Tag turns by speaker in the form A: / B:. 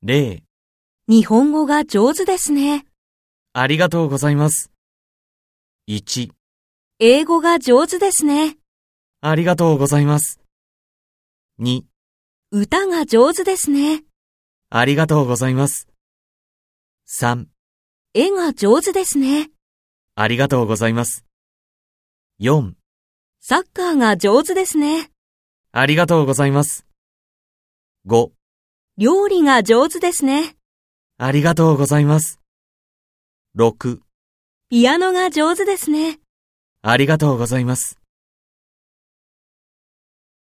A: 例、
B: 日本語が上手ですね。
A: ありがとうございます。1、
B: 英語が上手ですね。
A: ありがとうございます。2、
B: 歌が上手ですね。
A: ありがとうございます。3、
B: 絵が上手ですね。
A: ありがとうございます。4、
B: サッカーが上手ですね。
A: ありがとうございます。5、
B: 料理が上手ですね。
A: ありがとうございます。6、
B: ピアノが上手ですね。
A: ありがとうございます。